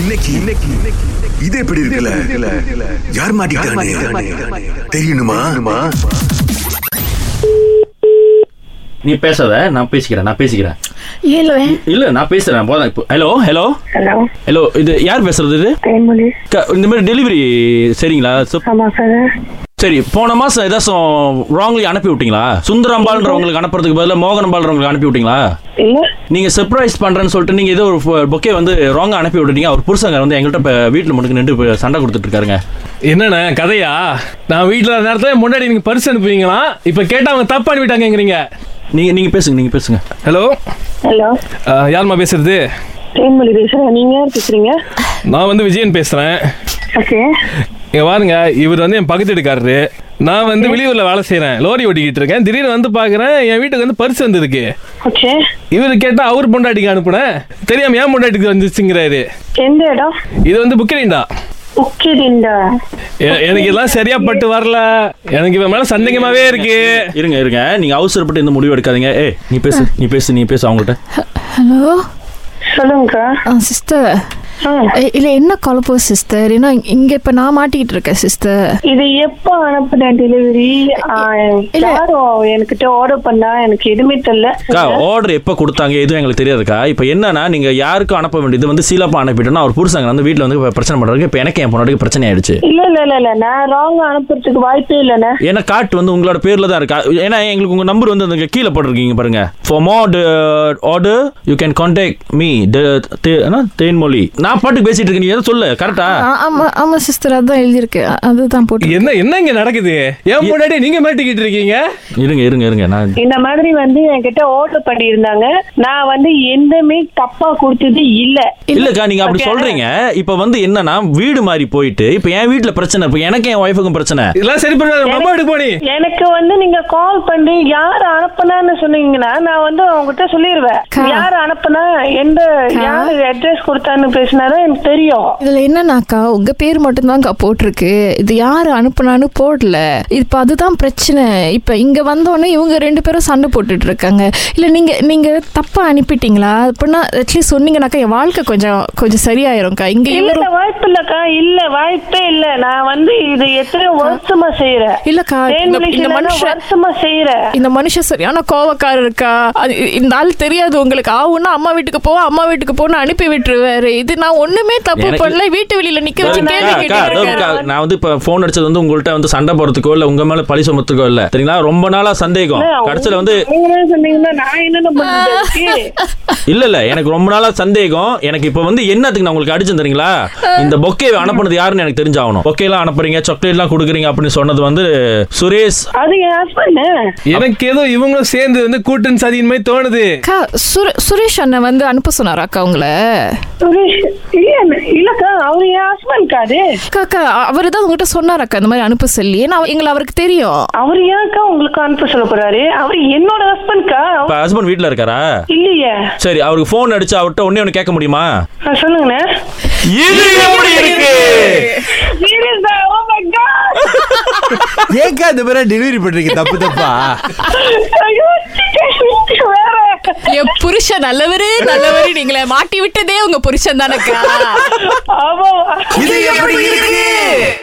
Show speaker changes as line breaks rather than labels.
இன்னைக்கு இன்னைக்கு இன்னைக்கு- இது எப்படி இருக்குல்ல யார் மாட்டிக்கிட்டானே தெரியணுமா
நீ பேசாத நான் பேசிக்கிறேன் நான் பேசிக்கிறேன்
இல்ல
இல்ல நான் பேசுறேன் போதும் இப்போ ஹலோ ஹலோ
ஹலோ
ஹலோ இது யார் பேசுறது இது
தேன்மொழி
க- இந்த மாதிரி டெலிவரி சரிங்களா சு-
ஆமா சார்
சரி போன மாசம் ஏதாச்சும் ராங்லி அனுப்பி விட்டீங்களா சுந்தரம்பால்ன்றவங்களுக்கு அனுப்புறதுக்கு பதிலா மோகனம்பால்ன்றவங்களுக்கு அனுப்பி விட்டீங்களா
இல்ல
நீங்க சர்ப்ரைஸ் பண்றேன்னு சொல்லிட்டு நீங்க ஏதோ ஒரு பொக்கே வந்து ராங்கா அனுப்பி விட்டுட்டீங்க அவர் புருஷங்க வந்து எங்கள்கிட்ட இப்போ வீட்டில் மட்டும் நின்று இப்ப சண்டை கொடுத்துட்டு இருக்காருங்க
என்னண்ணே கதையா நான் வீட்டில் இருந்த நேரத்தில் முன்னாடி நீங்கள் பரிசு அனுப்புவீங்களா இப்போ கேட்டால் அவங்க தப்பா அனுப்பிட்டாங்கங்கிறீங்க
நீங்க நீங்க பேசுங்க நீங்க பேசுங்க
ஹலோ
ஹலோ
யாரும்மா பேசுறது
தேன்மொழி பேசுறேன் நீங்க யார் பேசுறீங்க
நான் வந்து விஜயன் பேசுகிறேன்
ஓகே
இங்கே பாருங்க இவர் வந்து என் பக்கத்து வீட்டுக்காரரு நான் வந்து வெளியூரில் வேலை செய்கிறேன் லோரி ஓட்டிக்கிட்டு இருக்கேன் திடீர்னு வந்து பார்க்குறேன் என் வீட்டுக்கு வந்து பரிசு வந்திருக்கு
ஓகே
இவர் கேட்டால் அவர் பொண்டாட்டிக்கு அனுப்புனேன் தெரியாமல் ஏன் பொண்டாட்டிக்கு வந்துச்சுங்கிறாரு
எந்த இடம்
இது வந்து புக்கிரிண்டா
உக்கிரிண்டா
எ- எனக்கு எல்லாம் சரியா பட்டு வரல எனக்கு இவன் மேல சந்தேகமாவே இருக்கு
இருங்க இருங்க நீங்க அவசரப்பட்டு இந்த முடிவு எடுக்காதீங்க ஏய் நீ பேசு நீ பேசு நீ பேசு அவங்கள்ட்ட
ஹலோ
சொல்லுங்கக்கா
சிஸ்டர்
ஆ,
இல்ல என்ன குழப்பம் சிஸ்டர் ஏன்னா இங்க- இங்க இப்ப நான் மாட்டிக்கிட்டு இருக்கேன் சிஸ்டர்
இது எப்போ அனுப்புன டெலிவரி
இல்ல.
யாரும் என்கிட்ட ஆர்டர் பண்ணா எனக்கு எதுவுமே தெரியல
அக்கா ஆர்டர் எப்போ கொடுத்தாங்க எதுவும் எங்களுக்கு தெரியாதுக்கா இப்போ என்னன்னா நீங்க யாருக்கும் அனுப்ப வேண்டியது வந்து சீலாப்பா அனுப்பிட்டோம்னா அவர் புருஷங்க வந்து வீட்டில் வந்து இப்ப பிரச்சனை பண்றாங்க இப்போ எனக்கு என் பொண்ணாடிக்கு பிரச்சனை ஆயிடுச்சு
இல்ல இல்ல இல்ல இல்ல நான் ராங் அனுப்புறதுக்கு வாய்ப்பே இல்லைண்ணே
ஏன்னா கார்ட் வந்து உங்களோட பேர்ல தான் இருக்கா ஏன்னா எங்களுக்கு உங்க நம்பர் வந்து அந்த கீழே போட்டிருக்கீங்க பாருங்க uh, for more order you can contact me Thenmozhi நான் பாட்டுக்கு பேசிட்டு இருக்கேன் நீ எதை சொல்லு கரெக்டா
ஆ- ஆமா ஆமா சிஸ்டர் அதான் எழுதியிருக்கு அ- அதுதான் போட்டு
என்ன என்ன இங்க நடக்குது ஏன் முன்னாடி நீங்க மாட்டிக்கிட்டு இருக்கீங்க
இருங்க இருங்க இருங்க நான்
இந்த மாதிரி வந்து என்கிட்ட ஆர்டர் பண்ணியிருந்தாங்க நான் வந்து எந்தமே தப்பா கொடுத்தது இல்ல
இல்லக்கா நீங்க அப்படி
Okay.
சொல்றீங்க இப்ப வந்து என்னன்னா வீடு மாதிரி போயிட்டு இப்ப என் வீட்ல பிரச்சனை இப்ப எனக்கு என் ஒய்ஃபுக்கும் பிரச்சனை
இதெல்லாம் சரி பண்ணாத நம்ம வீட்டுக்கு போனி
எனக்கு வந்து நீங்க கால் பண்ணி யார் அனுப்புனான்னு சொன்னீங்கன்னா நான் வந்து உங்ககிட்ட சொல்லிடுவேன்
கா.
யார் அனுப்புனா எந்த
கா.
யார் அட்ரஸ் கொடுத்தான்னு பேசினாதான் எனக்கு தெரியும்
இதுல என்னன்னாக்கா உங்க பேர் மட்டும்தான்க்கா போட்டிருக்கு இது யாரு அனுப்புனான்னு போடல இப்ப அதுதான் பிரச்சனை இப்ப இங்க வந்தோடனே இவங்க ரெண்டு பேரும் சண்டை போட்டுட்டு இருக்காங்க இல்ல நீங்க நீங்க தப்பா அனுப்பிட்டீங்களா அப்படின்னா அட்லீஸ்ட் சொன்னீங்கனாக்கா என் வாழ்க்கை கொஞ்சம் கொஞ்சம் சரியாயிரும்க்கா இங்க
இல்ல
இவரும்
வாய்ப்பு இல்லக்கா இல்ல வாய்ப்பே இல்ல நான் வந்து இது எத்தனை வருஷமா செய்யறேன்
இல்லக்கா இந்த- இந்த மனுஷன்
வருஷமா செய்யறேன்
இந்த மனுஷன் சரியான கோவக்கார இருக்கா அது- இந்த ஆள் தெரியாது உங்களுக்கு ஆவுன்னா அம்மா வீட்டுக்கு போ அம்மா வீட்டுக்கு போன்னு அனுப்பி விட்டுருவாரு இது நான் ஒண்ணுமே தப்பு
எனக்கு-
பண்ணல வீட்டு வெளியில நிக்க வச்சு
அக்கா,
கேள்வி
அக்கா,
கேட்டுட்டு
அதாவது அக்கா,
இருக்காரு.
நான் வந்து இப்ப போன் அடிச்சது வந்து உங்கள்ட்ட வந்து சண்டை போறதுக்கோ இல்ல உங்க மேல பழி சுமத்துக்கோ இல்ல சரிங்களா ரொம்ப நாளா சந்தேகம் கடைசியில வந்து
நீங்களே சொன்னீங்கன்னா நான் என்னென்ன பண்ணுறது
இல்ல இல்ல எனக்கு ரொம்ப நாளா சந்தேகம் எனக்கு இப்ப வந்து என்னத்துக்கு நான் உங்களுக்கு அடிச்சு தெரியுங்களா இந்த பொக்கே அனுப்புனது யாருன்னு எனக்கு தெரிஞ்சாகணும் பொக்கே எல்லாம் அனுப்புறீங்க சாக்லேட் எல்லாம் கொடுக்குறீங்க அப்படின்னு சொன்னது வந்து சுரேஷ்
அது என் ஹஸ்பண்ட்
எனக்கு ஏதோ இவங்களும் சேர்ந்து வந்து கூட்டன் சதியின் மாதிரி தோணுது
அக்கா சுர- சுரேஷ் அண்ணன் வந்து அனுப்ப சொன்னாரா அக்கா உங்களை
சுரேஷ் இல்ல இல்லக்கா அவரு என் ஹஸ்பண்ட் அது
அக்கா அக்கா அவர் தான் உங்ககிட்ட சொன்னாரா அக்கா இந்த மாதிரி அனுப்ப சொல்லி ஏன்னா அவ- எங்களை அவருக்கு தெரியும்
அவர் ஏன்க்கா உங்களுக்கு அனுப்ப சொல்ல போறாரு அவர் என்னோட ஹஸ்பண்ட்க்கா
இப்ப ஹஸ்பண்ட் வீட்ல இருக்காரா
இல்லையே
சரி அவருக்கு போன் அடிச்சு அவர்கிட்ட ஒன்னே ஒன்னு கேட்க முடியுமா
ஆ, சொல்லுங்கண்ணே
இது எப்படி இருக்கு
சீரியஸா ஓ மை காட்
ஏக்கா இந்த மாதிரி டெலிவரி பண்றீங்க தப்பு தப்பா
ஐயோ சிக்கன் வேற
என் புருஷன் நல்லவரு நல்லவரு நீங்களே மாட்டி விட்டதே உங்க புருஷன் தானக்கா
ஆமா
இது எப்படி இருக்கு